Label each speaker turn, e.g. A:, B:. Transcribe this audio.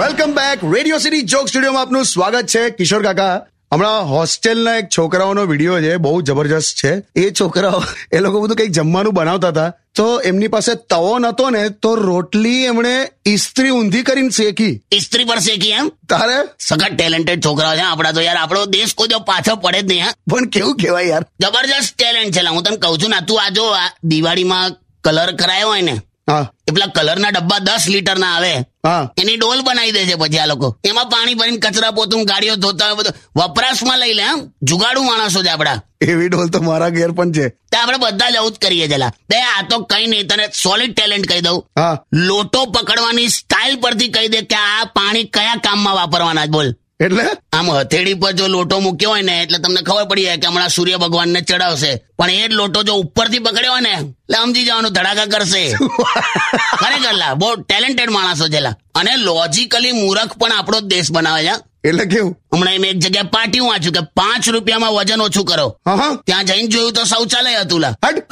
A: Welcome back radio city joke સ્ટુડિયોમાં આપનું સ્વાગત છે કિશોર કાકા હમણાં હોસ્ટેલના એક છોકરાઓનો વિડીયો છે બહુ જબરજસ્ત છે એ છોકરાઓ એ લોકો બધું કંઈક જમવાનું બનાવતા હતા તો એમની પાસે તવો નતો ને તો રોટલી એમણે ઇસ્ત્રી ઊંધી કરીને શેકી
B: ઇસ્ત્રી પર શેકી એમ
A: તારે
B: સખત ટેલેન્ટેડ છોકરાઓ છે આપડા તો યાર આપણો દેશ કોઈ જો પાછો પડે જ નહીં હા
A: પણ કેવું કહેવાય યાર
B: જબરજસ્ત ટેલેન્ટ છે લા. હું તને કહું છું ને તું આ જો આ દિવાળીમાં કલર કરાયો હોય ને
A: હા
B: એ પેલા કલરના ડબ્બા દસ લીટર ના આવે
A: હા
B: એની ડોલ બનાવી દે છે પછી આ લોકો એમાં પાણી ભરીને કચરા પોતું ગાડીઓ ધોતા હોય બધું વપરાશમાં લઈ લે એમ જુગાડુ માણસો છે આપડા
A: એવી ડોલ તો મારા ઘેર પણ છે
B: તે આપણે બધા જ આવું જ કરીએ જલા બે આ તો કઈ નહીં તને સોલિડ ટેલેન્ટ કહી દઉં
A: હા
B: લોટો પકડવાની સ્ટાઇલ પરથી કહી દે કે આ પાણી કયા કામમાં વાપરવાના છે, બોલ
A: એટલે
B: આમ હથેળી પર જો લોટો મૂક્યો હોય ને એટલે તમને ખબર પડી જાય કે હમણાં સૂર્ય ભગવાનને ચડાવશે પણ એ જ લોટો જો ઉપરથી પકડ્યો હોય ને એટલે સમજી જવાનું ધડાકા કરશે ખરેખર લા બહુ ટેલેન્ટેડ માણસો છે લા અને લોજિકલી મૂરખ પણ આપણો જ દેશ બનાવે છે હા.
A: એટલે કેવું
B: હમણાં મેં એક જગ્યાએ પાટી વાંચ્યું કે પાંચ રૂપિયામાં વજન ઓછું કરો
A: હા હા
B: ત્યાં જઈને જોયું તો શૌચાલય હતું લા
A: હટ